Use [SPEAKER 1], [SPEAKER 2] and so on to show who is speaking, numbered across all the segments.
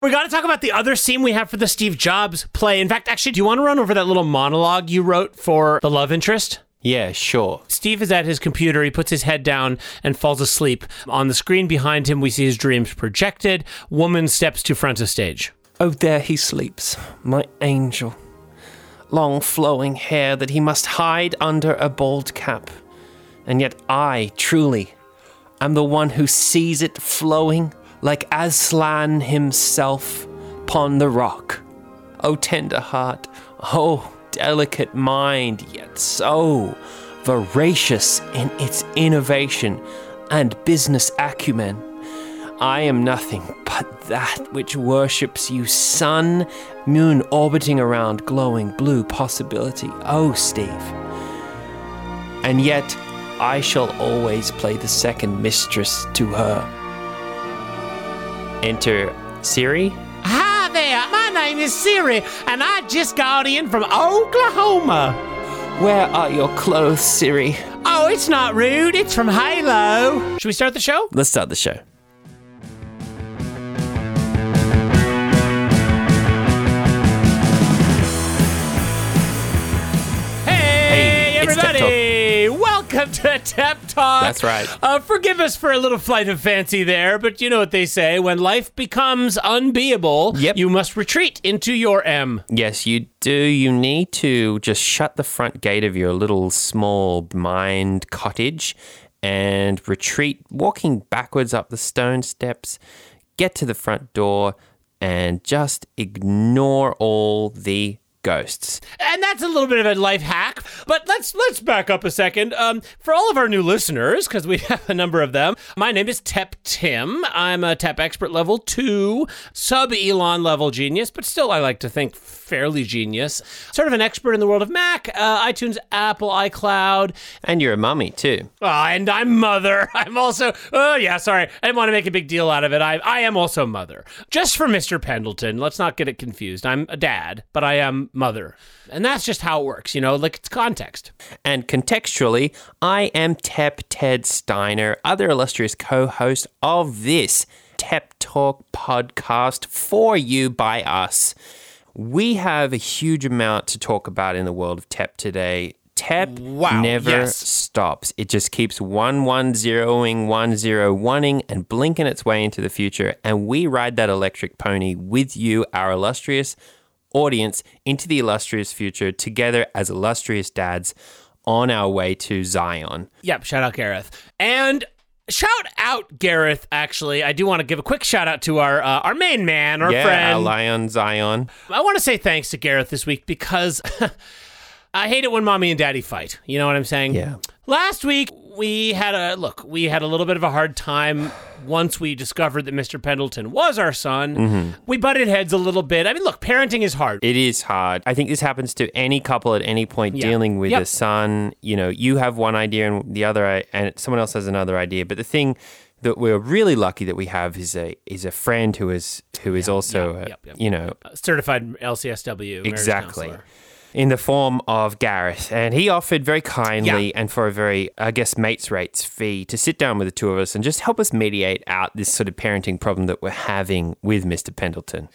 [SPEAKER 1] We got to talk about the other scene we have for the Steve Jobs play. In fact, actually, do you want to run over that little monologue you wrote for the love interest?
[SPEAKER 2] Yeah, sure.
[SPEAKER 1] Steve is at his computer. He puts his head down and falls asleep. On the screen behind him, we see his dreams projected. Woman steps to front of stage.
[SPEAKER 3] Oh, there he sleeps, my angel. Long flowing hair that he must hide under a bald cap. And yet I, truly, am the one who sees it flowing like Aslan himself upon the rock. O tender heart, O delicate mind, yet so voracious in its innovation and business acumen. I am nothing but that which worships you, sun, moon orbiting around glowing blue possibility. Oh, Steve. And yet, I shall always play the second mistress to her.
[SPEAKER 2] Enter Siri.
[SPEAKER 1] Hi there, my name is Siri, and I just got in from Oklahoma.
[SPEAKER 3] Where are your clothes, Siri?
[SPEAKER 1] Oh, it's not rude, it's from Halo. Should we start the show?
[SPEAKER 3] Let's start the show.
[SPEAKER 1] Hey,
[SPEAKER 2] Hey, it's Tep
[SPEAKER 1] everybody! Welcome to Tep Talk.
[SPEAKER 2] That's right.
[SPEAKER 1] Uh, forgive us for a little flight of fancy there, but you know what they say: when life becomes unbeatable,
[SPEAKER 2] Yep.
[SPEAKER 1] you must retreat into your M.
[SPEAKER 2] Yes, you do. You need to just shut the front gate of your little small mind cottage and retreat, walking backwards up the stone steps, get to the front door, and just ignore all the ghosts.
[SPEAKER 1] and that's a little bit of a life hack. But let's let's back up a second. Um, for all of our new listeners, because we have a number of them, my name is Tep Tim. I'm a Tep expert level two, sub Elon level genius, but still I like to think fairly genius. Sort of an expert in the world of Mac, uh, iTunes, Apple, iCloud,
[SPEAKER 2] And you're a mummy, too.
[SPEAKER 1] Ah, and I'm mother. I'm also. Oh yeah, sorry. I didn't want to make a big deal out of it. I I am also mother. Just for Mr. Pendleton. Let's not get it confused. I'm a dad, but I am mother, and that's just how it works. You know, like it's context.
[SPEAKER 2] And contextually, I am Tep Ted Steiner, other illustrious co host of this Tep Talk podcast for you by us. We have a huge amount to talk about in the world of Tep today. Tep
[SPEAKER 1] Wow,
[SPEAKER 2] never
[SPEAKER 1] yes.
[SPEAKER 2] stops. It just keeps 110ing, 101ing, and blinking its way into the future. And we ride that electric pony with you, our illustrious audience, into the illustrious future together as illustrious dads on our way to Zion.
[SPEAKER 1] Yep. Shout out Gareth and. Shout out Gareth! Actually, I do want to give a quick shout out to our uh, our main man, our
[SPEAKER 2] yeah, our
[SPEAKER 1] friend,
[SPEAKER 2] lion Zion.
[SPEAKER 1] I want to say thanks to Gareth this week because I hate it when mommy and daddy fight. You know what I'm saying?
[SPEAKER 2] Yeah.
[SPEAKER 1] Last week we had a look, we had a little bit of a hard time once we discovered that Mr. Pendleton was our son.
[SPEAKER 2] Mm-hmm.
[SPEAKER 1] We butted heads a little bit. I mean, look, parenting is hard.
[SPEAKER 2] It is hard. I think this happens to any couple at any point
[SPEAKER 1] Yeah.
[SPEAKER 2] dealing with
[SPEAKER 1] Yep.
[SPEAKER 2] a son. You know, you have one idea and the other, i- and someone else has another idea. But the thing that we're really lucky that we have is a is a friend who is who is also a,
[SPEAKER 1] yep, yep,
[SPEAKER 2] you know
[SPEAKER 1] Certified LCSW. marriage
[SPEAKER 2] exactly
[SPEAKER 1] counselor.
[SPEAKER 2] in the form of Gareth, and he offered very kindly and for a very I guess mates rates fee to sit down with the two of us and just help us mediate out this sort of parenting problem that we're having with Mr. Pendleton.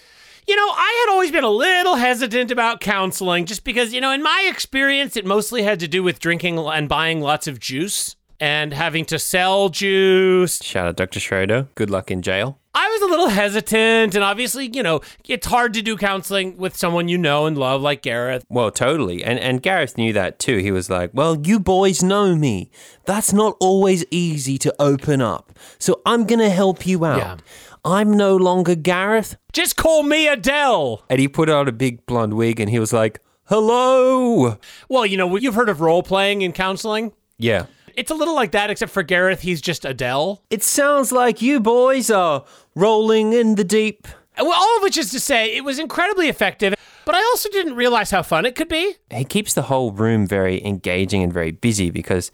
[SPEAKER 1] You know, I had always been a little hesitant about counseling just because, you know, in my experience, it mostly had to do with drinking and buying lots of juice and having to sell juice
[SPEAKER 2] Shout out Dr. Schroeder. Good luck in jail.
[SPEAKER 1] I was a little hesitant, and obviously, you know, it's hard to do counseling with someone you know and love like Gareth.
[SPEAKER 2] Well, totally. And and Gareth knew that too. He was like, "Well, you boys know me. That's not always easy to open up. So I'm going to help you out.
[SPEAKER 1] Yeah.
[SPEAKER 2] I'm no longer Gareth."
[SPEAKER 1] Just call me Adele.
[SPEAKER 2] And he put on a big blonde wig and he was like, "Hello."
[SPEAKER 1] Well, you know, you've heard of role playing in counseling.
[SPEAKER 2] Yeah.
[SPEAKER 1] It's a little like that, except for Gareth, he's just Adele.
[SPEAKER 2] It sounds like you boys are rolling in the deep.
[SPEAKER 1] Well, all of which is to say, it was incredibly effective, but I also didn't realize how fun it could be.
[SPEAKER 2] He keeps the whole room very engaging and very busy because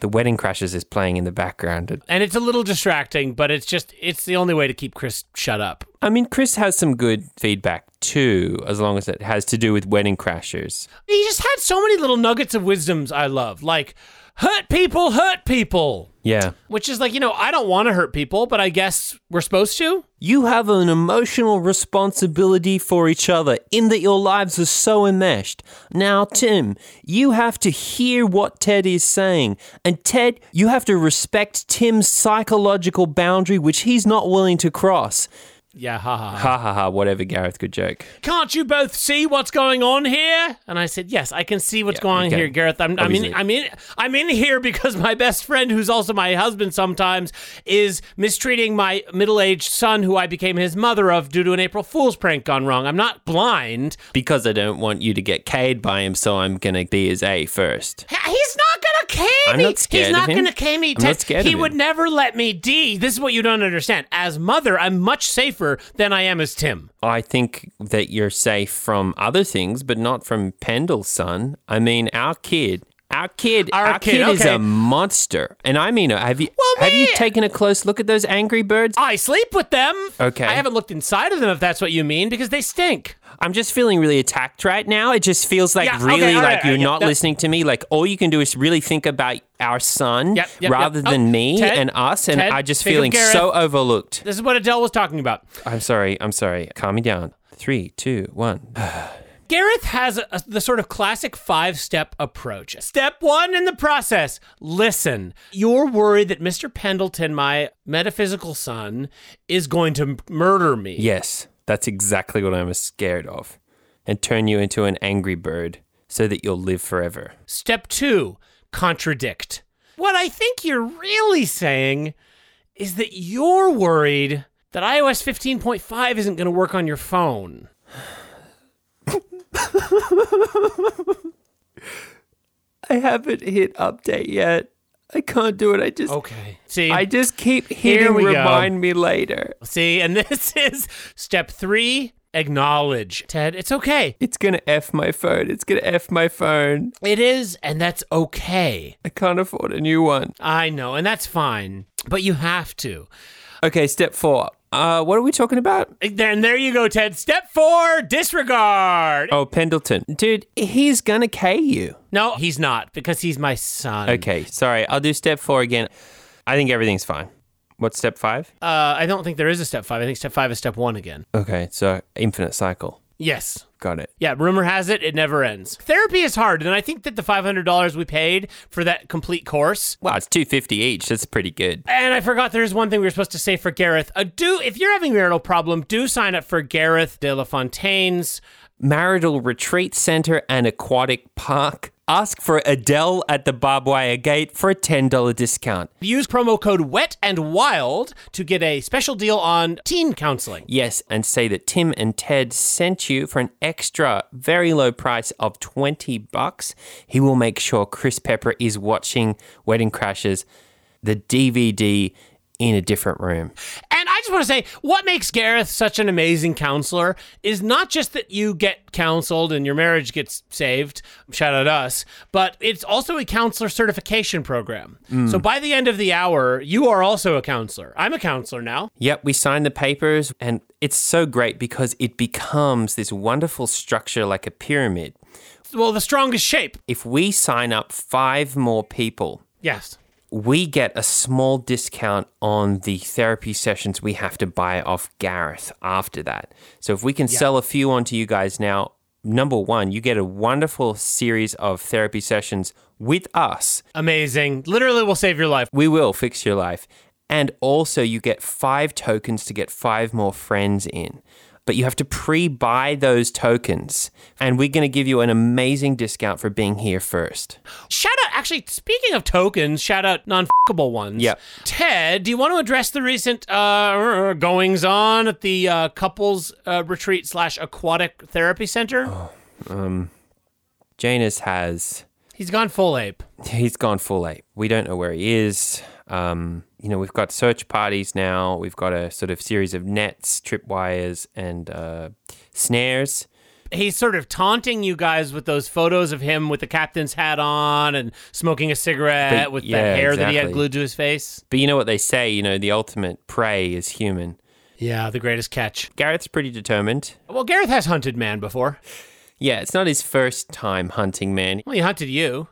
[SPEAKER 2] the Wedding Crashes is playing in the background.
[SPEAKER 1] And it's a little distracting, but it's just, it's the only way to keep Chris shut up.
[SPEAKER 2] I mean, Chris has some good feedback too, as long as it has to do with Wedding Crashers.
[SPEAKER 1] He just had so many little nuggets of wisdoms I love. Like, hurt people, hurt people.
[SPEAKER 2] Yeah.
[SPEAKER 1] Which is like, you know, I don't want to hurt people, but I guess we're supposed to.
[SPEAKER 2] You have an emotional responsibility for each other in that your lives are so enmeshed. Now, Tim, you have to hear what Ted is saying. And Ted, you have to respect Tim's psychological boundary, which he's not willing to cross.
[SPEAKER 1] Yeah, ha ha. ha.
[SPEAKER 2] Ha ha ha, whatever, Gareth, good joke.
[SPEAKER 1] Can't you both see what's going on here? And I said, Yes, I can see what's going on
[SPEAKER 2] okay.
[SPEAKER 1] here, Gareth. I'm, I'm in,
[SPEAKER 2] Obviously.
[SPEAKER 1] I'm in, I'm in here because my best friend, who's also my husband sometimes, is mistreating my middle-aged son, who I became his mother of, due to an April Fool's prank gone wrong. I'm not blind.
[SPEAKER 2] Because I don't want you to get K'd by him, so I'm going to be his A first.
[SPEAKER 1] H- He's not gonna K
[SPEAKER 2] I'm
[SPEAKER 1] me.
[SPEAKER 2] not scared
[SPEAKER 1] He's
[SPEAKER 2] of
[SPEAKER 1] not
[SPEAKER 2] him.
[SPEAKER 1] gonna K me.
[SPEAKER 2] I'm
[SPEAKER 1] Ted.
[SPEAKER 2] not scared
[SPEAKER 1] he
[SPEAKER 2] of
[SPEAKER 1] would
[SPEAKER 2] him.
[SPEAKER 1] never let me D. This is what you don't understand. As mother, I'm much safer than I am as Tim.
[SPEAKER 2] I think that you're safe from other things, but not from Pendle's son. I mean, our kid, our kid,
[SPEAKER 1] Our
[SPEAKER 2] our,
[SPEAKER 1] kid,
[SPEAKER 2] kid, is
[SPEAKER 1] okay.
[SPEAKER 2] a monster, and I mean, it. have you have
[SPEAKER 1] me-
[SPEAKER 2] you taken a close look at those Angry Birds?
[SPEAKER 1] I sleep with them.
[SPEAKER 2] Okay.
[SPEAKER 1] I haven't looked inside of them if that's what you mean because they stink.
[SPEAKER 2] I'm just feeling really attacked right now. It just feels like
[SPEAKER 1] Yeah, okay,
[SPEAKER 2] really
[SPEAKER 1] all
[SPEAKER 2] like
[SPEAKER 1] right,
[SPEAKER 2] you're
[SPEAKER 1] yeah,
[SPEAKER 2] not
[SPEAKER 1] that-
[SPEAKER 2] listening to me. Like all you can do is really think about our son
[SPEAKER 1] Yep, yep,
[SPEAKER 2] rather
[SPEAKER 1] yep. Oh,
[SPEAKER 2] than me
[SPEAKER 1] Ted,
[SPEAKER 2] and us, and
[SPEAKER 1] Ted,
[SPEAKER 2] I just
[SPEAKER 1] think of
[SPEAKER 2] feeling
[SPEAKER 1] Gareth.
[SPEAKER 2] so overlooked.
[SPEAKER 1] This is what Adele was talking about.
[SPEAKER 2] I'm sorry. I'm sorry. Calm me down. Three, two, one.
[SPEAKER 1] Gareth has a, a- the sort of classic five step approach. Step one in the process listen. You're worried that Mr. Pendleton, my metaphysical son, is going to m- murder me.
[SPEAKER 2] Yes, that's exactly what I'm scared of. And turn you into an angry bird so that you'll live forever.
[SPEAKER 1] Step two, contradict. What I think you're really saying is that you're worried that iOS 15.5 isn't going to work on your phone.
[SPEAKER 2] I haven't hit update yet. I can't do it. I just
[SPEAKER 1] Okay. See,
[SPEAKER 2] just keep
[SPEAKER 1] hitting we go. remind
[SPEAKER 2] me later.
[SPEAKER 1] see, and this is step three. Acknowledge, Ted. It's okay.
[SPEAKER 2] It's gonna F my phone. It's gonna F my phone.
[SPEAKER 1] It is, and that's okay.
[SPEAKER 2] I can't afford a new one.
[SPEAKER 1] I know, and that's fine. But you have to.
[SPEAKER 2] Okay, step four. Uh what are we talking about?
[SPEAKER 1] Then there you go, Ted. Step four, disregard.
[SPEAKER 2] Oh, Pendleton. Dude, he's gonna K you.
[SPEAKER 1] No, he's not because he's my son.
[SPEAKER 2] Okay, sorry, I'll do step four again. I think everything's fine. What's step five?
[SPEAKER 1] Uh, I don't think there is a step five. I think step five is step one again.
[SPEAKER 2] Okay, so infinite cycle.
[SPEAKER 1] Yes.
[SPEAKER 2] Got it.
[SPEAKER 1] Yeah, rumor has it, it never ends. Therapy is hard, and I think that the $500 we paid for that complete course.
[SPEAKER 2] Wow, it's two fifty each. That's pretty good.
[SPEAKER 1] And I forgot there is one thing we were supposed to say for Gareth. Uh, do if you're having a marital problem, do sign up for Gareth De La Fontaine's
[SPEAKER 2] Marital retreat center and aquatic park. Ask for Adele at the barbed wire gate for a ten dollar discount.
[SPEAKER 1] Use promo code WET and WILD to get a special deal on teen counseling.
[SPEAKER 2] Yes, and say that Tim and Ted sent you for an extra very low price of twenty bucks. He will make sure Chris Pepper is watching Wedding Crashes, the DVD in a different room.
[SPEAKER 1] And I just want to say what makes Gareth such an amazing counselor is not just that you get counseled and your marriage gets saved, shout out us, but it's also a counselor certification program. So by the end of the hour, you are also a counselor. I'm a counselor now.
[SPEAKER 2] Yep, we signed the papers, and it's so great because it becomes this wonderful structure like a pyramid.
[SPEAKER 1] Well, the strongest shape.
[SPEAKER 2] If we sign up five more people,
[SPEAKER 1] Yes.
[SPEAKER 2] we get a small discount on the therapy sessions we have to buy off Gareth after that. So if we can sell a few onto you guys now, number one, you get a wonderful series of therapy sessions with us.
[SPEAKER 1] Amazing. Literally will save your life.
[SPEAKER 2] We will fix your life. And also, you get five tokens to get five more friends in. But you have to pre buy those tokens. And we're going to give you an amazing discount for being here first.
[SPEAKER 1] Shout out, actually, speaking of tokens, shout out non fuckable ones.
[SPEAKER 2] Yeah.
[SPEAKER 1] Ted, do you want to address the recent uh, goings on at the uh, couples uh, retreat slash aquatic therapy center?
[SPEAKER 2] Janus has,
[SPEAKER 1] He's gone full ape.
[SPEAKER 2] he's gone full ape. We don't know where he is. Um, you know, we've got search parties now. We've got a sort of series of nets, tripwires, and uh, snares.
[SPEAKER 1] He's sort of taunting you guys with those photos of him with the captain's hat on and smoking a cigarette
[SPEAKER 2] But-
[SPEAKER 1] with the
[SPEAKER 2] yeah,
[SPEAKER 1] hair that he had
[SPEAKER 2] exactly.
[SPEAKER 1] glued to his face.
[SPEAKER 2] But you know what they say, you know, the ultimate prey is human.
[SPEAKER 1] Yeah, the greatest catch.
[SPEAKER 2] Gareth's pretty determined.
[SPEAKER 1] Well, Gareth has hunted man before.
[SPEAKER 2] Yeah, it's not his first time hunting man.
[SPEAKER 1] Well, he hunted you.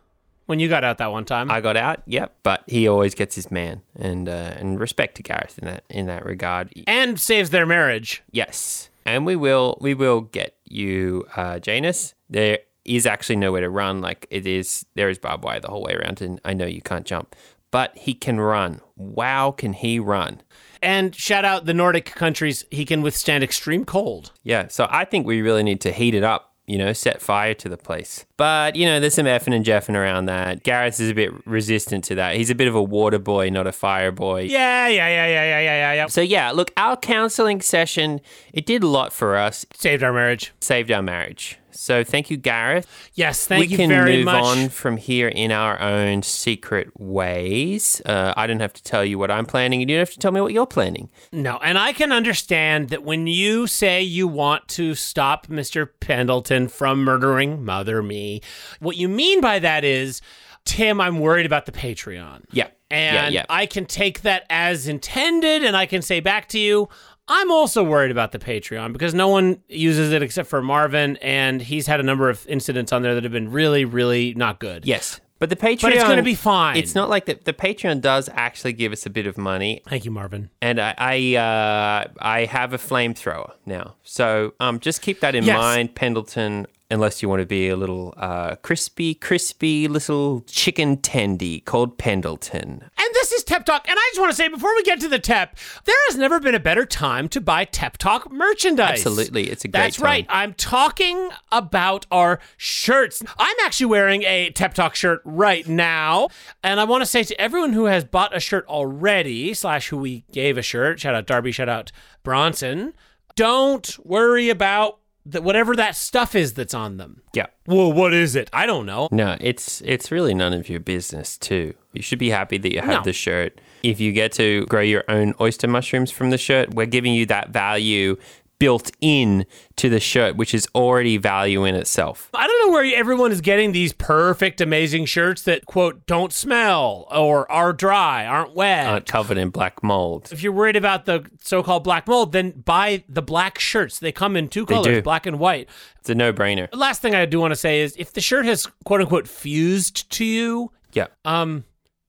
[SPEAKER 1] when you got out that one time.
[SPEAKER 2] I got out, yep. But he always gets his man, and uh, and respect to Gareth in that in that regard.
[SPEAKER 1] and saves their marriage.
[SPEAKER 2] Yes, and we will we will get you, uh, Janus. There is actually nowhere to run. Like it is, there is barbed wire the whole way around, and I know you can't jump, but he can run. Wow, can he run?
[SPEAKER 1] And shout out the Nordic countries, he can withstand extreme cold.
[SPEAKER 2] Yeah, so I think we really need to heat it up, you know, set fire to the place. But, you know, there's some effing and jeffing around that. Gareth is a bit resistant to that. He's a bit of a water boy, not a fire boy.
[SPEAKER 1] Yeah, yeah, yeah, yeah, yeah, yeah, yeah, yeah.
[SPEAKER 2] So, yeah, look, our counseling session, it did a lot for us, It
[SPEAKER 1] Saved our marriage.
[SPEAKER 2] saved our marriage. So, thank you, Gareth.
[SPEAKER 1] Yes, thank
[SPEAKER 2] we
[SPEAKER 1] you
[SPEAKER 2] can
[SPEAKER 1] very
[SPEAKER 2] move
[SPEAKER 1] much.
[SPEAKER 2] on from here in our own secret ways. Uh, I don't have to tell you what I'm planning, and you don't have to tell me what you're planning.
[SPEAKER 1] No, and I can understand that when you say you want to stop Mr. Pendleton from murdering Mother Me, what you mean by that is, Tim, I'm worried about the Patreon.
[SPEAKER 2] Yeah.
[SPEAKER 1] And
[SPEAKER 2] yeah, yeah.
[SPEAKER 1] I can take that as intended, and I can say back to you, I'm also worried about the Patreon because no one uses it except for Marvin, and he's had a number of incidents on there that have been really, really not good.
[SPEAKER 2] Yes. But the Patreon.
[SPEAKER 1] But it's going to be fine.
[SPEAKER 2] It's not like the, the Patreon does actually give us a bit of money,
[SPEAKER 1] Thank you, Marvin.
[SPEAKER 2] and I I, uh, I have a flamethrower now, so um, just keep that in
[SPEAKER 1] Yes.
[SPEAKER 2] mind, Pendleton. Unless you want to be a little uh, crispy, crispy little chicken tendy called Pendleton.
[SPEAKER 1] And this is Tep Talk. And I just want to say before we get to the Tep, there has never been a better time to buy Tep Talk merchandise.
[SPEAKER 2] Absolutely, it's a great
[SPEAKER 1] That's right. I'm talking about our shirts. I'm actually wearing a Tep Talk shirt right now. And I want to say to everyone who has bought a shirt already, slash who we gave a shirt, shout out Darby, shout out Bronson, don't worry about the, whatever that stuff is that's on them.
[SPEAKER 2] Yeah.
[SPEAKER 1] Well, what is it? I don't know.
[SPEAKER 2] No, it's it's really none of your business too. You should be happy that you have
[SPEAKER 1] No.
[SPEAKER 2] the shirt. If you get to grow your own oyster mushrooms from the shirt, we're giving you that value built in to the shirt, which is already value in itself.
[SPEAKER 1] I don't know where everyone is getting these perfect, amazing shirts that, quote, don't smell or are dry, aren't wet.
[SPEAKER 2] Aren't covered in black mold.
[SPEAKER 1] if you're worried about the so called black mold, then buy the black shirts. They come in two colors,
[SPEAKER 2] do.
[SPEAKER 1] black and white.
[SPEAKER 2] It's a no brainer.
[SPEAKER 1] The last thing I do want to say is if the shirt has, quote unquote, fused to you,
[SPEAKER 2] Yeah.
[SPEAKER 1] um,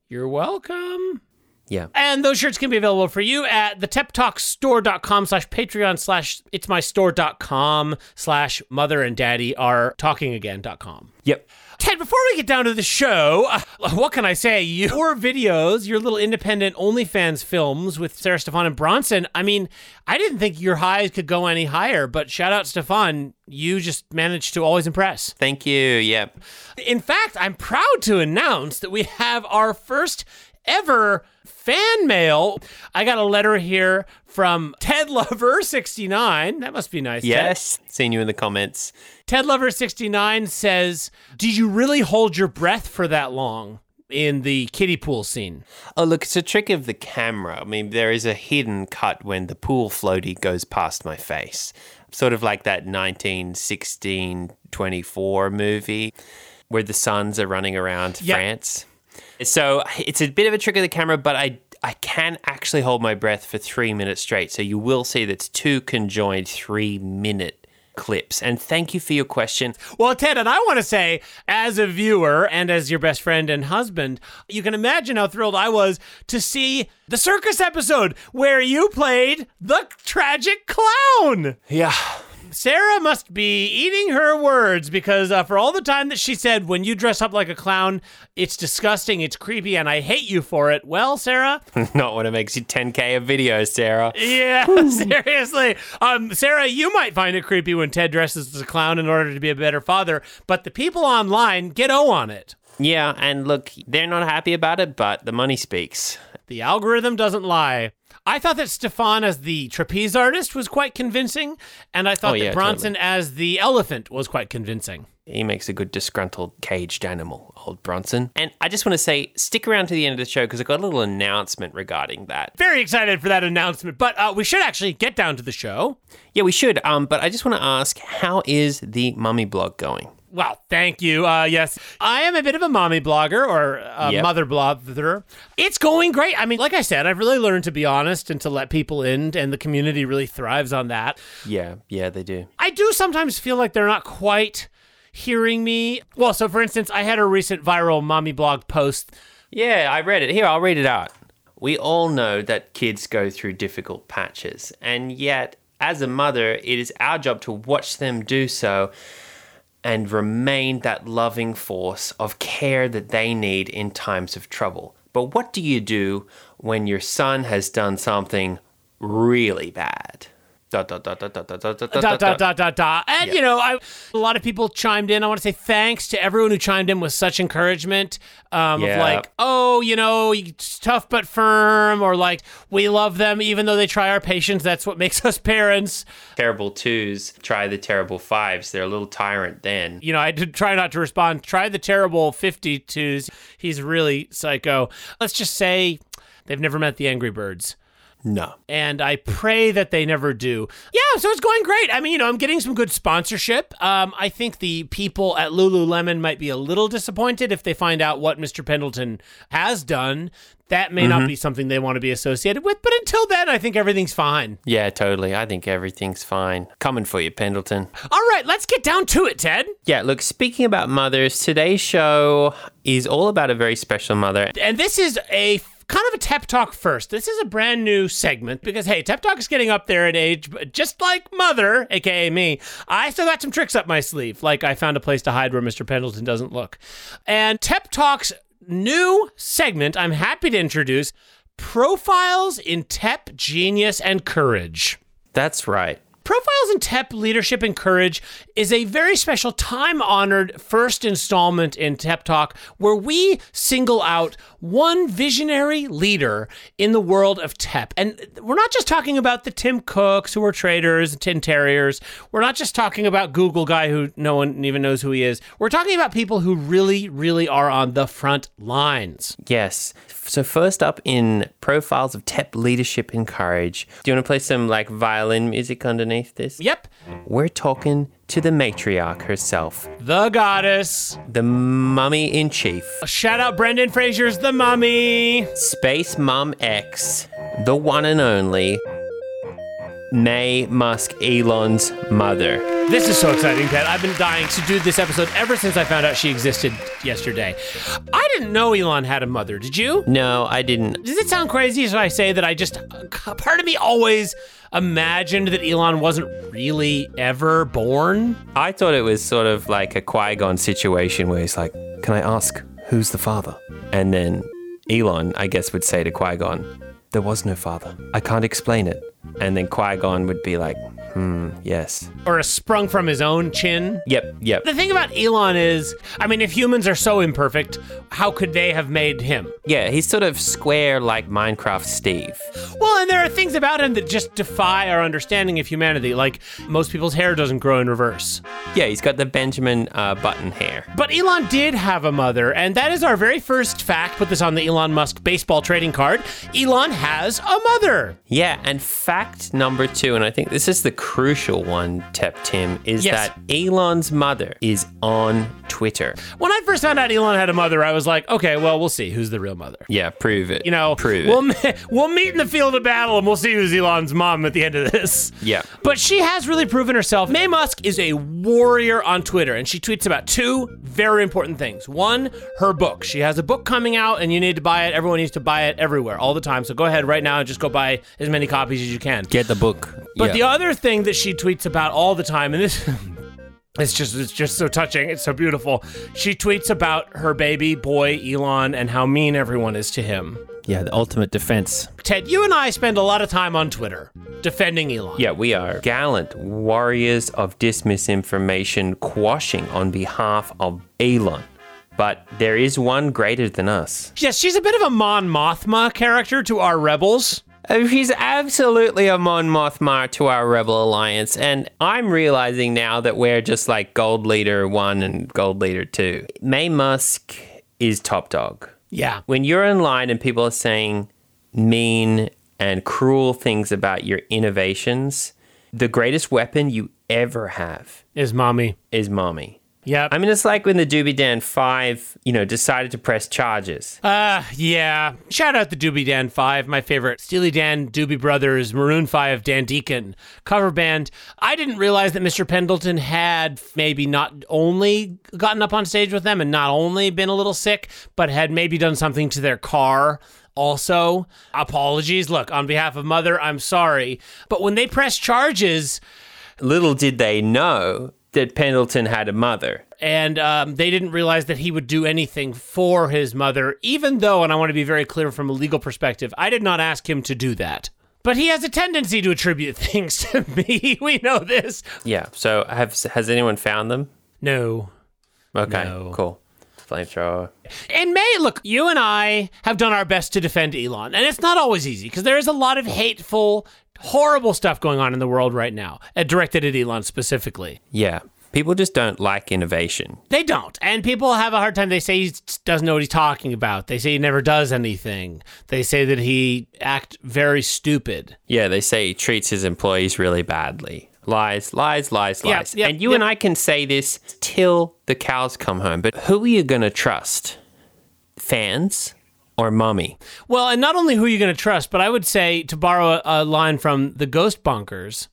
[SPEAKER 1] you're welcome.
[SPEAKER 2] Yeah.
[SPEAKER 1] And those shirts can be available for you at theteptalkstore.com slash patreon slash it's my store.com slash mother and daddy are talking again.com.
[SPEAKER 2] Yep.
[SPEAKER 1] Ted, before we get down to the show, uh, what can I say? Your videos, your little independent OnlyFans films with Sarah Stefan and Bronson. I mean, I didn't think your highs could go any higher, but shout out Stefan, you just managed to always impress.
[SPEAKER 2] Thank you. Yep.
[SPEAKER 1] In fact, I'm proud to announce that we have our first ever fan mail. I got a letter here from Ted Lover 69. That must be nice. Ted.
[SPEAKER 2] Yes. Seen you in the comments.
[SPEAKER 1] Ted Lover 69 says, Did you really hold your breath for that long? In the kiddie pool scene.
[SPEAKER 2] Oh, look, it's a trick of the camera. I mean, there is a hidden cut when the pool floaty goes past my face, sort of like that 1916 24 movie where the sons are running around
[SPEAKER 1] Yeah.
[SPEAKER 2] France. So it's a bit of a trick of the camera, but I. I can actually hold my breath for three minutes straight. So you will see that's two conjoined three minute clips. And thank you for your question.
[SPEAKER 1] Well, Ted, and I want to say, as a viewer and as your best friend and husband, you can imagine how thrilled I was to see the circus episode where you played the tragic clown.
[SPEAKER 2] Yeah.
[SPEAKER 1] Sarah must be eating her words because uh, for all the time that she said, when you dress up like a clown, it's disgusting, it's creepy, and I hate you for it. Well, Sarah,
[SPEAKER 2] Not what it makes you 10K a video, Sarah.
[SPEAKER 1] Yeah, seriously. Um, Sarah, you might find it creepy when Ted dresses as a clown in order to be a better father, but the people online get O on it.
[SPEAKER 2] Yeah, and look, they're not happy about it, but the money speaks.
[SPEAKER 1] The algorithm doesn't lie. I thought that Stefan as the trapeze artist was quite convincing, and I thought
[SPEAKER 2] Oh, yeah,
[SPEAKER 1] that Bronson as the elephant was quite convincing.
[SPEAKER 2] He makes a good disgruntled caged animal, old Bronson. And I just want to say, stick around to the end of the show because I got a little announcement regarding that.
[SPEAKER 1] Very excited for that announcement, but uh, we should actually get down to the show.
[SPEAKER 2] Yeah, we should. Um, but I just want to ask, how is the mummy blog going?
[SPEAKER 1] Well, thank you. Uh, yes, I am a bit of a mommy blogger or a
[SPEAKER 2] Yep.
[SPEAKER 1] mother blogger. It's going great. I mean, like I said, I've really learned to be honest and to let people in, and the community really thrives on that.
[SPEAKER 2] Yeah, yeah, they do.
[SPEAKER 1] I do sometimes feel like they're not quite hearing me. Well, so for instance, I had a recent viral mommy blog post.
[SPEAKER 2] Yeah, I read it. Here, I'll read it out. We all know that kids go through difficult patches, and yet, as a mother, it is our job to watch them do so and remain that loving force of care that they need in times of trouble. But what do you do when your son has done something really bad? Dot, dot, dot, dot, dot, dot, dot, dot,
[SPEAKER 1] Dot dot dot dot dot. And you know, I, a lot of people chimed in. I want to say thanks to everyone who chimed in with such encouragement. Um,
[SPEAKER 2] Yeah.
[SPEAKER 1] Of like, oh, you know, it's tough but firm, or like, we love them even though they try our patience. That's what makes us parents.
[SPEAKER 2] Terrible twos try the terrible fives. They're a little tyrant then.
[SPEAKER 1] you know, I did try not to respond. Try the terrible 52s. He's really psycho. Let's just say they've never met the Angry Birds.
[SPEAKER 2] No.
[SPEAKER 1] And I pray that they never do. Yeah, so it's going great. I mean, you know, I'm getting some good sponsorship. Um, I think the people at Lululemon might be a little disappointed if they find out what Mr. Pendleton has done. That may not be something they want to be associated with. But until then, I think everything's fine.
[SPEAKER 2] Yeah, totally. I think everything's fine. Coming for you, Pendleton.
[SPEAKER 1] All right, let's get down to it, Ted.
[SPEAKER 2] Yeah, look, speaking about mothers, today's show is all about a very special mother.
[SPEAKER 1] and this is a f- kind of a tep talk first this is a brand new segment because hey tep talk is getting up there in age but just like mother aka me i still got some tricks up my sleeve like i found a place to hide where mr pendleton doesn't look and tep talk's new segment i'm happy to introduce profiles in tep genius and courage
[SPEAKER 2] That's right.
[SPEAKER 1] Profiles in TEP Leadership and Courage is a very special time honored first installment in TEP Talk where we single out one visionary leader in the world of TEP. And we're not just talking about the Tim Cooks who are traders, Tin Terriers. We're not just talking about Google guy who no one even knows who he is. We're talking about people who really, really are on the front lines.
[SPEAKER 2] Yes. So, first up in Profiles of Tep Leadership and Courage, do you want to play some like violin music underneath this?
[SPEAKER 1] Yep,
[SPEAKER 2] We're talking to the matriarch herself,
[SPEAKER 1] the goddess.
[SPEAKER 2] the mummy in chief.
[SPEAKER 1] Shout out Brendan Fraser's The Mummy.
[SPEAKER 2] Space Mom X, the one and only May Musk Elon's mother.
[SPEAKER 1] This is so exciting, Pat. I've been dying to do this episode ever since I found out she existed yesterday. I didn't know Elon had a mother, did you?
[SPEAKER 2] No, I didn't.
[SPEAKER 1] Does it sound crazy if I say that I just, part of me always imagined that Elon wasn't really ever born?
[SPEAKER 2] I thought it was sort of like a Qui Gon situation where he's like, Can I ask who's the father? And then Elon, I guess, would say to Qui Gon, There was no father. I can't explain it. And then Qui Gon would be like, Hmm, yes.
[SPEAKER 1] Or sprung from his own chin?
[SPEAKER 2] Yep, yep.
[SPEAKER 1] The thing about Elon is, I mean, if humans are so imperfect, how could they have made him?
[SPEAKER 2] Yeah, he's sort of square like Minecraft Steve.
[SPEAKER 1] Well, and there are things about him that just defy our understanding of humanity, like most people's hair doesn't grow in reverse.
[SPEAKER 2] Yeah, he's got the Benjamin uh, Button hair.
[SPEAKER 1] But Elon did have a mother, and that is our very first fact. Put this on the Elon Musk baseball trading card. Elon has a mother.
[SPEAKER 2] Yeah, and fact number two, and I think this is the crucial one, Tep Tim, is
[SPEAKER 1] Yes.
[SPEAKER 2] that Elon's mother is on Twitter.
[SPEAKER 1] When I first found out Elon had a mother, I was like, okay, well, we'll see who's the real mother.
[SPEAKER 2] Yeah, prove it.
[SPEAKER 1] You know,
[SPEAKER 2] prove it.
[SPEAKER 1] we'll me- we'll meet in the field of battle, and we'll see who's Elon's mom at the end of this.
[SPEAKER 2] Yeah.
[SPEAKER 1] But she has really proven herself. May Musk is a warrior on Twitter, and she tweets about two very important things. One, her book. She has a book coming out, and you need to buy it. Everyone needs to buy it everywhere, all the time. So go ahead right now and just go buy as many copies as you can.
[SPEAKER 2] Get the book.
[SPEAKER 1] But the other thing that she tweets about all the time, and this it's just it's just so touching, it's so beautiful. She tweets about her baby boy Elon and how mean everyone is to him.
[SPEAKER 2] yeah, the ultimate defense.
[SPEAKER 1] Ted, you and I spend a lot of time on Twitter defending Elon.
[SPEAKER 2] Yeah, we are gallant warriors of dismisinformation quashing on behalf of Elon. But there is one greater than us.
[SPEAKER 1] Yes, she's a bit of a Mon Mothma character to our rebels.
[SPEAKER 2] Uh, She's absolutely a Mon Mothma to our Rebel Alliance, and I'm realizing now that we're just like Gold Leader 1 and Gold Leader 2. May Musk is top dog.
[SPEAKER 1] Yeah.
[SPEAKER 2] When you're online and people are saying mean and cruel things about your innovations, the greatest weapon you ever have
[SPEAKER 1] Is mommy.
[SPEAKER 2] is mommy.
[SPEAKER 1] Yep.
[SPEAKER 2] I mean, it's like when the Doobie Dan 5, you know, decided to press charges.
[SPEAKER 1] Uh, yeah. Shout out the Doobie Dan 5, my favorite. Steely Dan, Doobie Brothers, Maroon 5, Dan Deacon, cover band. I didn't realize that Mr. Pendleton had maybe not only gotten up on stage with them and not only been a little sick, but had maybe done something to their car. Also, apologies. Look, on behalf of Mother, I'm sorry. But when they press charges,
[SPEAKER 2] Little did they know that Pendleton had a mother.
[SPEAKER 1] and um, they didn't realize that he would do anything for his mother, even though, and I want to be very clear from a legal perspective, I did not ask him to do that. But he has a tendency to attribute things to me. we know this.
[SPEAKER 2] Yeah. So have has anyone found them?
[SPEAKER 1] No.
[SPEAKER 2] Okay.
[SPEAKER 1] No.
[SPEAKER 2] Cool. Flamethrower.
[SPEAKER 1] And May, look, you and I have done our best to defend Elon, and it's not always easy because there is a lot of hateful, horrible stuff going on in the world right now, uh, directed at Elon specifically.
[SPEAKER 2] Yeah. People just don't like innovation.
[SPEAKER 1] They don't. And people have a hard time. They say he doesn't know what he's talking about. They say he never does anything. They say that he act very stupid.
[SPEAKER 2] Yeah, they say he treats his employees really badly. Lies, lies, lies,
[SPEAKER 1] Yeah,
[SPEAKER 2] lies.
[SPEAKER 1] yeah,
[SPEAKER 2] and you
[SPEAKER 1] yeah.
[SPEAKER 2] and I can say this till the cows come home. But who are you going to trust? Fans or mummy?
[SPEAKER 1] Well, and not only who are you going to trust, but I would say, to borrow a, a line from the Ghost Bunkers,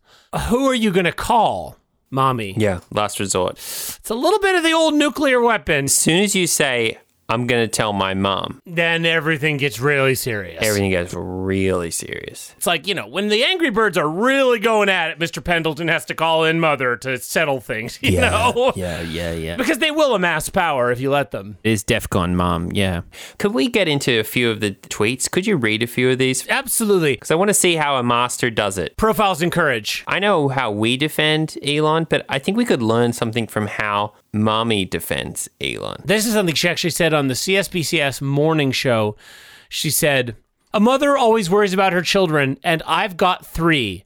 [SPEAKER 1] who are you going to call? Mommy.
[SPEAKER 2] Yeah. Last resort.
[SPEAKER 1] It's a little bit of the old nuclear weapon.
[SPEAKER 2] As soon as you say, I'm going to tell my mom,
[SPEAKER 1] Then everything gets really serious.
[SPEAKER 2] everything gets really serious.
[SPEAKER 1] It's like, you know, when the Angry Birds are really going at it, Mr. Pendleton has to call in Mother to settle things, you know?
[SPEAKER 2] Yeah, yeah, yeah.
[SPEAKER 1] Because they will amass power if you let them.
[SPEAKER 2] Is DEFCON mom, yeah. Could we get into a few of the tweets? Could you read a few of these?
[SPEAKER 1] Absolutely.
[SPEAKER 2] Because I want to see how a master does it.
[SPEAKER 1] Profiles and courage.
[SPEAKER 2] I know how we defend Elon, but I think we could learn something from how mommy defends Elon.
[SPEAKER 1] This is something she actually said on the CSBCS morning show. She said, A mother always worries about her children, and I've got three.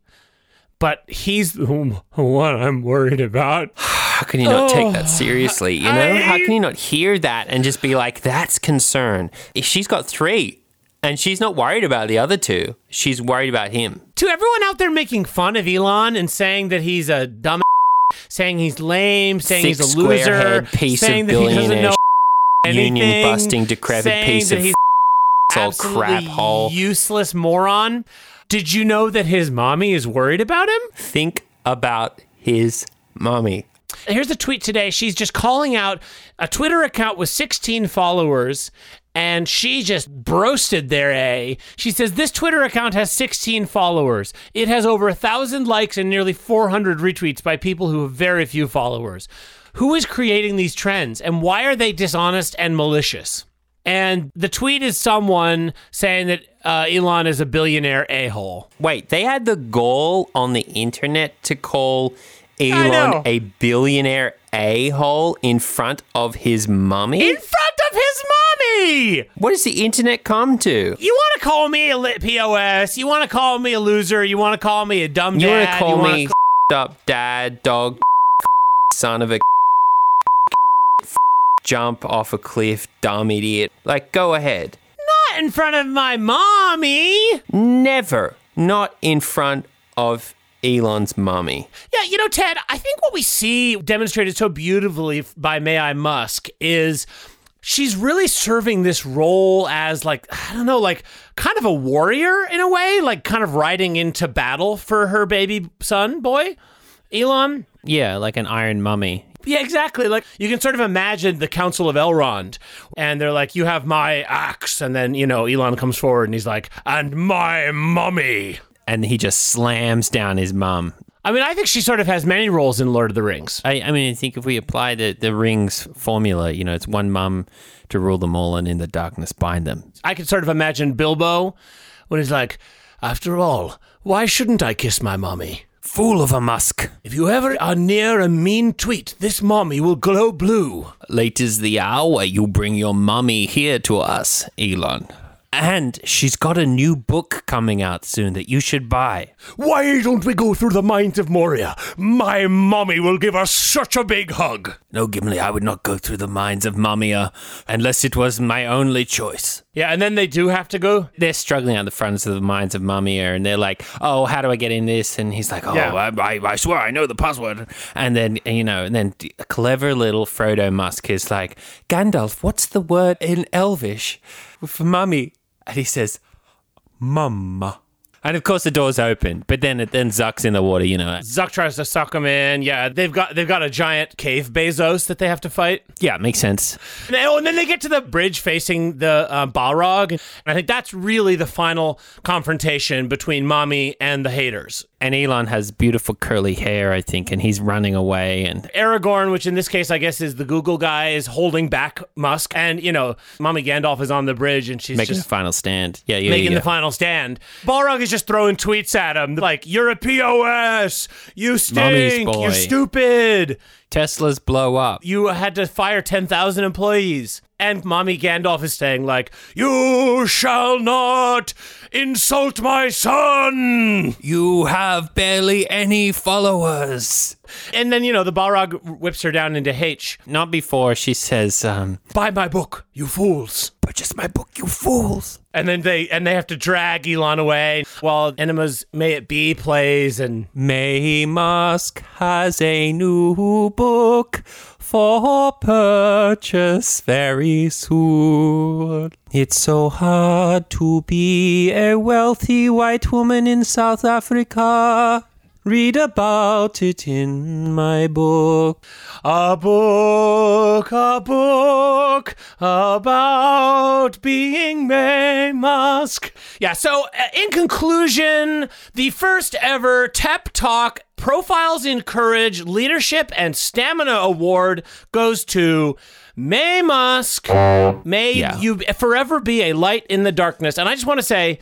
[SPEAKER 1] But he's the one I'm worried about.
[SPEAKER 2] How can you not take that seriously? You know,
[SPEAKER 1] I-
[SPEAKER 2] how can you not hear that and just be like, that's concern? If she's got three and she's not worried about the other two, she's worried about him.
[SPEAKER 1] To everyone out there making fun of Elon and saying that he's a dumb saying he's lame, saying
[SPEAKER 2] Six
[SPEAKER 1] he's a
[SPEAKER 2] square
[SPEAKER 1] loser,
[SPEAKER 2] head piece
[SPEAKER 1] saying
[SPEAKER 2] of
[SPEAKER 1] that he doesn't
[SPEAKER 2] billionaire
[SPEAKER 1] know anything,
[SPEAKER 2] union busting decrepit
[SPEAKER 1] saying
[SPEAKER 2] piece
[SPEAKER 1] that
[SPEAKER 2] of
[SPEAKER 1] he's
[SPEAKER 2] all
[SPEAKER 1] absolutely
[SPEAKER 2] crap hole.
[SPEAKER 1] useless moron. Did you know that his mommy is worried about him?
[SPEAKER 2] Think about his mommy.
[SPEAKER 1] Here's a tweet today. She's just calling out a Twitter account with 16 followers, and she just broasted their A. She says, This Twitter account has 16 followers. It has over 1,000 likes and nearly 400 retweets by people who have very few followers. Who is creating these trends, and why are they dishonest and malicious? And the tweet is someone saying that uh, Elon is a billionaire a hole.
[SPEAKER 2] Wait, they had the goal on the internet to call
[SPEAKER 1] know.
[SPEAKER 2] Elon a billionaire a hole in front of his mummy?
[SPEAKER 1] In front of his mommy!
[SPEAKER 2] what does the internet come to?
[SPEAKER 1] you want to call me a lit pos you want to call me a loser you want to call me a dumb
[SPEAKER 2] You want to
[SPEAKER 1] dad
[SPEAKER 2] call
[SPEAKER 1] wanna
[SPEAKER 2] me up dad, dog, son of a jump off a cliff, dumb idiot? Like, go ahead.
[SPEAKER 1] ca- not in front of my mommy
[SPEAKER 2] Never, not in front of Elon's mummy.
[SPEAKER 1] yeah you know ted i think what we see demonstrated so beautifully by may i musk is she's really serving this role as like i don't know like kind of a warrior in a way like kind of riding into battle for her baby son boy elon
[SPEAKER 2] Yeah, like an iron mummy.
[SPEAKER 1] Yeah, exactly. Like you can sort of imagine the Council of Elrond, and they're like, "You have my axe," and then you know Elon comes forward and he's like, "And my mummy."
[SPEAKER 2] And he just slams down his mum.
[SPEAKER 1] I mean, I think she sort of has many roles in Lord of the Rings.
[SPEAKER 2] I, I mean, I think if we apply the, the rings formula, you know, it's one mum to rule them all and in the darkness bind them.
[SPEAKER 1] I could sort of imagine Bilbo when he's like, "After all, why shouldn't I kiss my mommy?"
[SPEAKER 2] Fool of a musk.
[SPEAKER 1] If you ever are near a mean tweet, this mommy will glow blue.
[SPEAKER 2] Late is the hour you bring your mummy here to us, Elon. And she's got a new book coming out soon that you should buy.
[SPEAKER 1] Why don't we go through the mines of Moria? My mommy will give us such a big hug.
[SPEAKER 2] No, Gimli, I would not go through the mines of Mumia unless it was my only choice.
[SPEAKER 1] Yeah, and then they do have to go.
[SPEAKER 2] They're struggling on the fronts of the mines of Mumia, and they're like, "Oh, how do I get in this?" And he's like, "Oh,
[SPEAKER 1] Yeah.
[SPEAKER 2] I, I, I swear, I know the password." And then you know, and then d- clever little Frodo Musk is like, "Gandalf, what's the word in Elvish for mummy?" And he says, "Mumma." And of course, the door's open, but then it then Zuck's in the water. You know,
[SPEAKER 1] Zuck tries to suck him in. Yeah, they've got they've got a giant cave Bezos that they have to fight.
[SPEAKER 2] yeah, it makes sense.
[SPEAKER 1] And, then- oh, and then they get to the bridge facing the uh, Balrog. And I think that's really the final confrontation between Mommy and the haters.
[SPEAKER 2] And Elon has beautiful curly hair, I think, and he's running away. And
[SPEAKER 1] Aragorn, which in this case I guess is the Google guy, is holding back Musk, and you know, Mommy Gandalf is on the bridge and she's
[SPEAKER 2] making
[SPEAKER 1] just
[SPEAKER 2] the final stand. Yeah, yeah,
[SPEAKER 1] making
[SPEAKER 2] yeah.
[SPEAKER 1] the final stand. Balrog is just throwing tweets at him like, "You're a pos. You
[SPEAKER 2] Mummy's
[SPEAKER 1] stink.
[SPEAKER 2] boy."
[SPEAKER 1] You're stupid.
[SPEAKER 2] Teslas blow up.
[SPEAKER 1] You had to fire ten thousand employees." And Mommy Gandalf is saying like, "You shall not insult my son."
[SPEAKER 2] You have barely any followers.
[SPEAKER 1] And then you know the Balrog whips her down into H.
[SPEAKER 2] Not before she says, um,
[SPEAKER 1] Buy my book, you fools.
[SPEAKER 2] purchase my book, you fools.
[SPEAKER 1] and then they and they have to drag Elon away while Enema's "May It Be" plays, and
[SPEAKER 2] May Musk has a new book for purchase very soon. It's so hard to be a wealthy white woman in South Africa. Read about it in my book.
[SPEAKER 1] a book, a book about being May Musk. Yeah. So, uh, in conclusion, the first ever TEP Talk Profiles in Courage, Leadership, and Stamina Award goes to. May Musk, may
[SPEAKER 2] Yeah.
[SPEAKER 1] you forever be a light in the darkness. And I just want to say,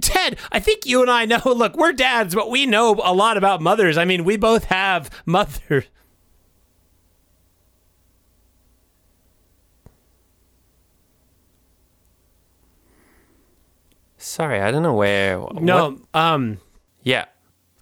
[SPEAKER 1] Ted, I think you and I know, look, we're dads, but we know a lot about mothers. I mean, we both have mothers.
[SPEAKER 2] Sorry, I don't know where. what-
[SPEAKER 1] No, um,
[SPEAKER 2] Yeah.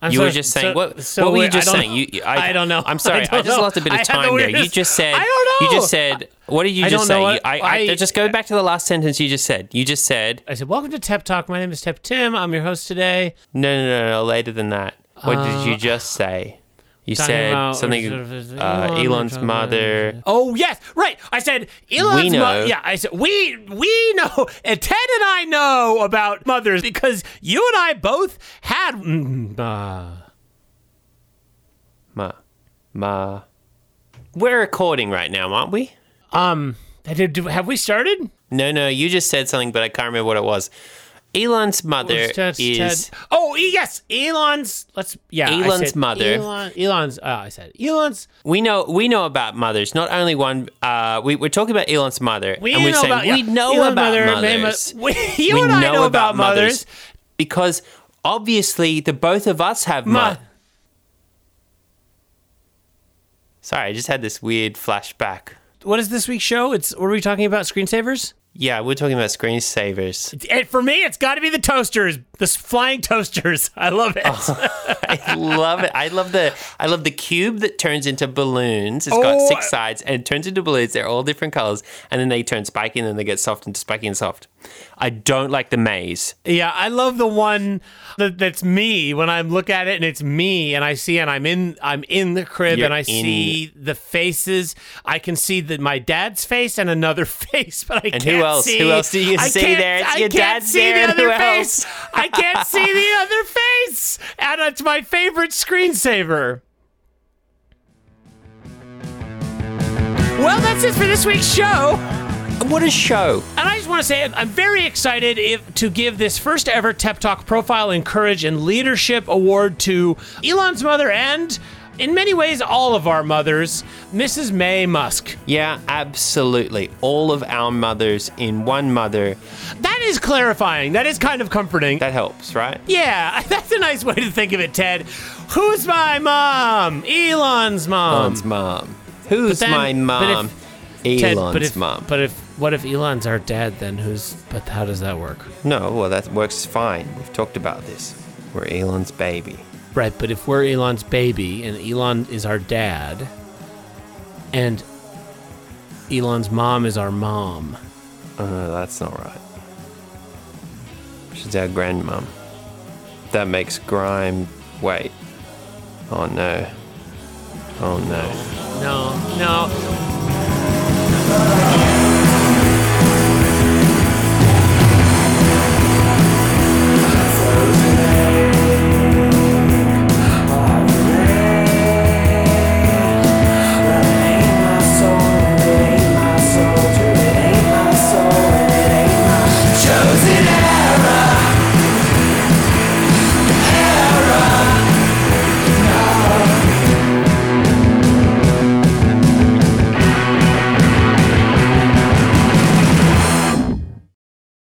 [SPEAKER 1] I'm
[SPEAKER 2] you were
[SPEAKER 1] sorry,
[SPEAKER 2] just saying
[SPEAKER 1] so-
[SPEAKER 2] what?
[SPEAKER 1] so
[SPEAKER 2] what were you
[SPEAKER 1] wait, I
[SPEAKER 2] just
[SPEAKER 1] don't
[SPEAKER 2] saying?
[SPEAKER 1] know.
[SPEAKER 2] You, you-
[SPEAKER 1] I don't know.
[SPEAKER 2] I'm sorry.
[SPEAKER 1] I
[SPEAKER 2] I,
[SPEAKER 1] don't
[SPEAKER 2] just
[SPEAKER 1] know.
[SPEAKER 2] lost a bit
[SPEAKER 1] I
[SPEAKER 2] of
[SPEAKER 1] had the
[SPEAKER 2] time there. You
[SPEAKER 1] weirdest-
[SPEAKER 2] just said.
[SPEAKER 1] I don't
[SPEAKER 2] You
[SPEAKER 1] know.
[SPEAKER 2] just said. What did you
[SPEAKER 1] I don't
[SPEAKER 2] just say?
[SPEAKER 1] know
[SPEAKER 2] You-
[SPEAKER 1] what-
[SPEAKER 2] I, I,
[SPEAKER 1] I-
[SPEAKER 2] just go back to the last sentence you just said. You just said
[SPEAKER 1] I said, welcome to Tep Talk. My name is Tep Tim. I'm your host today.
[SPEAKER 2] no, no, no, no. Later than that. What did you just say? You
[SPEAKER 1] Uh, talking
[SPEAKER 2] said
[SPEAKER 1] about-
[SPEAKER 2] something. Uh,
[SPEAKER 1] Elon,
[SPEAKER 2] Elon's
[SPEAKER 1] talking
[SPEAKER 2] mother.
[SPEAKER 1] Oh yes, right. I said Elon's
[SPEAKER 2] We
[SPEAKER 1] mo-
[SPEAKER 2] know.
[SPEAKER 1] yeah, I said we we know. And Ted and I know about mothers because you and I both had. Mm, uh,
[SPEAKER 2] Ma, ma. We're recording right now, aren't we?
[SPEAKER 1] um, did- do- have we started?
[SPEAKER 2] No, no. You just said something, but I can't remember what it was. Elon's mother
[SPEAKER 1] Ted-
[SPEAKER 2] is.
[SPEAKER 1] Ted- Oh e- yes, Elon's. Let's yeah. I
[SPEAKER 2] Elon's
[SPEAKER 1] said
[SPEAKER 2] mother.
[SPEAKER 1] Elon, Elon's. Uh, I said Elon's.
[SPEAKER 2] We know we know about mothers. Not only one. Uh, we we're talking about Elon's mother,
[SPEAKER 1] We
[SPEAKER 2] and we're
[SPEAKER 1] know
[SPEAKER 2] saying
[SPEAKER 1] about
[SPEAKER 2] we
[SPEAKER 1] yeah,
[SPEAKER 2] know
[SPEAKER 1] Elon's
[SPEAKER 2] about
[SPEAKER 1] mother, May Mu-
[SPEAKER 2] mothers.
[SPEAKER 1] We, you and I know about mothers.
[SPEAKER 2] because obviously the both of us have. Mo-
[SPEAKER 1] Ma-
[SPEAKER 2] Sorry, I just had this weird flashback.
[SPEAKER 1] what is this week's show? It's what are we talking about? Screensavers.
[SPEAKER 2] Yeah, we're talking about screensavers.
[SPEAKER 1] And for me, it's got to be the toasters, the flying toasters. I love it.
[SPEAKER 2] I love it. I love the I love the cube that turns into balloons. It's got
[SPEAKER 1] Oh,
[SPEAKER 2] six
[SPEAKER 1] I-
[SPEAKER 2] sides and it turns into balloons. They're all different colors, and then they turn spiky, and then they get soft and spiky and soft. I don't like the maze.
[SPEAKER 1] yeah, I love the one that, that's me when I look at it and it's me and I see and I'm in I'm in the crib
[SPEAKER 2] You're
[SPEAKER 1] and I
[SPEAKER 2] in-
[SPEAKER 1] see the faces. I can see that my dad's face and another face, but I
[SPEAKER 2] And
[SPEAKER 1] can't
[SPEAKER 2] who else?
[SPEAKER 1] see.
[SPEAKER 2] Who else do you
[SPEAKER 1] I
[SPEAKER 2] see
[SPEAKER 1] can't-
[SPEAKER 2] there? It's
[SPEAKER 1] I
[SPEAKER 2] your
[SPEAKER 1] can't
[SPEAKER 2] dad's
[SPEAKER 1] see
[SPEAKER 2] there
[SPEAKER 1] the
[SPEAKER 2] and
[SPEAKER 1] other
[SPEAKER 2] who
[SPEAKER 1] face.
[SPEAKER 2] else?
[SPEAKER 1] I can't see the other face, and it's my favorite screensaver. Well, that's it for this week's show.
[SPEAKER 2] What a show!
[SPEAKER 1] And I just want to say I'm- I'm very excited if, to give this first ever TEP Talk Profile in Courage and Leadership Award to Elon's mother and, in many ways, all of our mothers, Mrs. May Musk.
[SPEAKER 2] Yeah, absolutely. All of our mothers in one mother.
[SPEAKER 1] That is clarifying. That is kind of comforting.
[SPEAKER 2] That helps, right?
[SPEAKER 1] yeah, that's a nice way to think of it, Ted. Who's my mom? Elon's mom.
[SPEAKER 2] Um, Elon's mom. Who's
[SPEAKER 1] then-
[SPEAKER 2] my
[SPEAKER 1] but
[SPEAKER 2] mom?
[SPEAKER 1] if- Ted,
[SPEAKER 2] Elon's
[SPEAKER 1] but if,
[SPEAKER 2] mom.
[SPEAKER 1] But if What if Elon's our dad then? Who's? But how does that work?
[SPEAKER 2] No, well, that works fine. We've talked about this. We're Elon's baby.
[SPEAKER 1] Right, but if we're Elon's baby and Elon is our dad, and Elon's mom is our mom,
[SPEAKER 2] Oh, no, that's not right. She's our grandmum. That makes Grime. Wait. Oh no. Oh no.
[SPEAKER 1] no, no,